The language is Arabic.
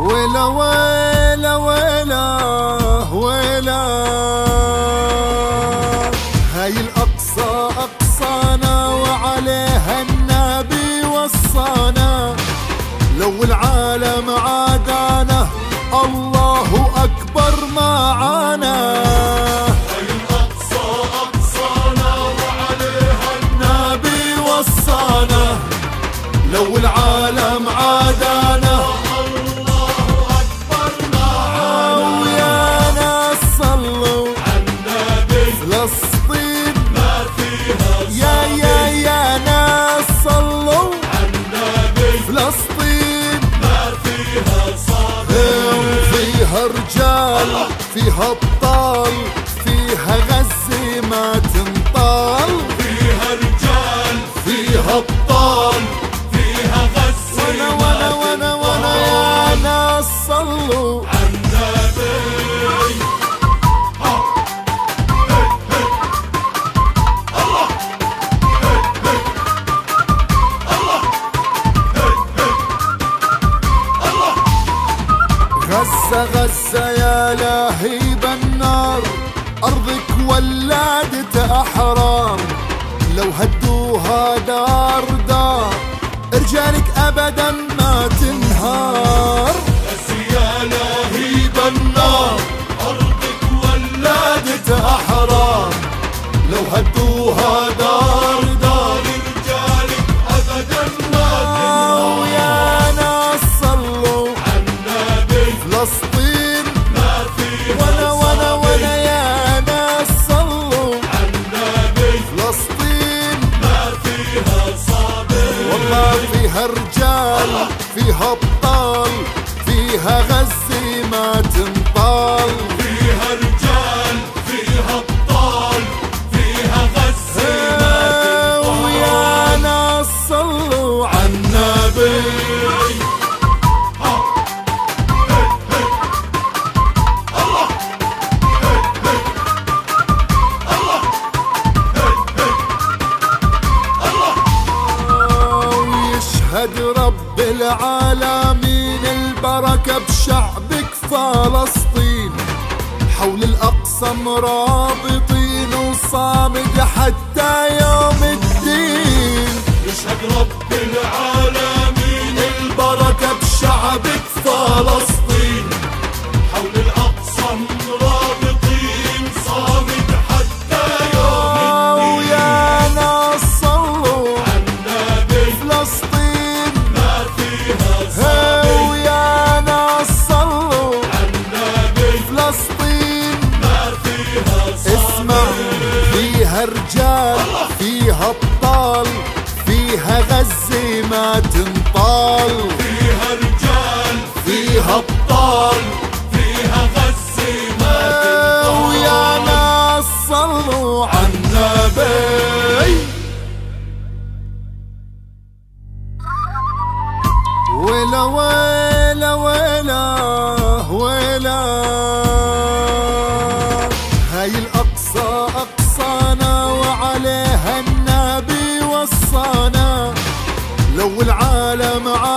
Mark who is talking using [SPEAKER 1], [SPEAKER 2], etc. [SPEAKER 1] ويلا ويلا ويلا ويلا هاي الأقصى أقصانا وعليها النبي وصانا لو العالم عادانا الله أكبر معانا النبي وصانا لو العالم عادانا الله أكبر ويا ناس صلوا فلسطين ما فيها يا يا يا ناس صلوا فلسطين ما فيها فيها رجال فيها ابطال فيها غزة ما تنطال فيها ابطال وانا وانا وانا وانا يا ناس صلوا غزة غزة يا لهيب النار أرضك ولادت أحرار لو هدوها دار دار رجالك أبدا ما تنهار بس يا لهيب النار أرضك ولادت أحرار لو هدوها دار دار رجالك أبدا ما تنهار ويا ناس صلوا فلسطين ما في وانا وانا وانا يا ناس صلوا على النبي فلسطين ما فيها صابر والله فيها رجال فيها ابطال فيها غزة ما تنطال فيها ويا ناس صلوا على النبي ويشهد رب العالمين البركة بشعبك فلسطين حول الأقصى مرابطين وصامد حتى يوم الدين يشهد رب العالمين البركة بشعبك فلسطين حول الأقصى مرابطين صامد حتى يوم الدين آه، ويا ناس صلوا فلسطين ما فيها ويا ناس صلوا فلسطين ما فيها اسمع فيها رجال فيها ابطال فيها غزة ما تنطال فيها ابطال ويا ناس صلوا على النبي ويلا ويلا ويلا ويلا هاي الأقصى أقصانا وعليها النبي وصانا لو العالم عاد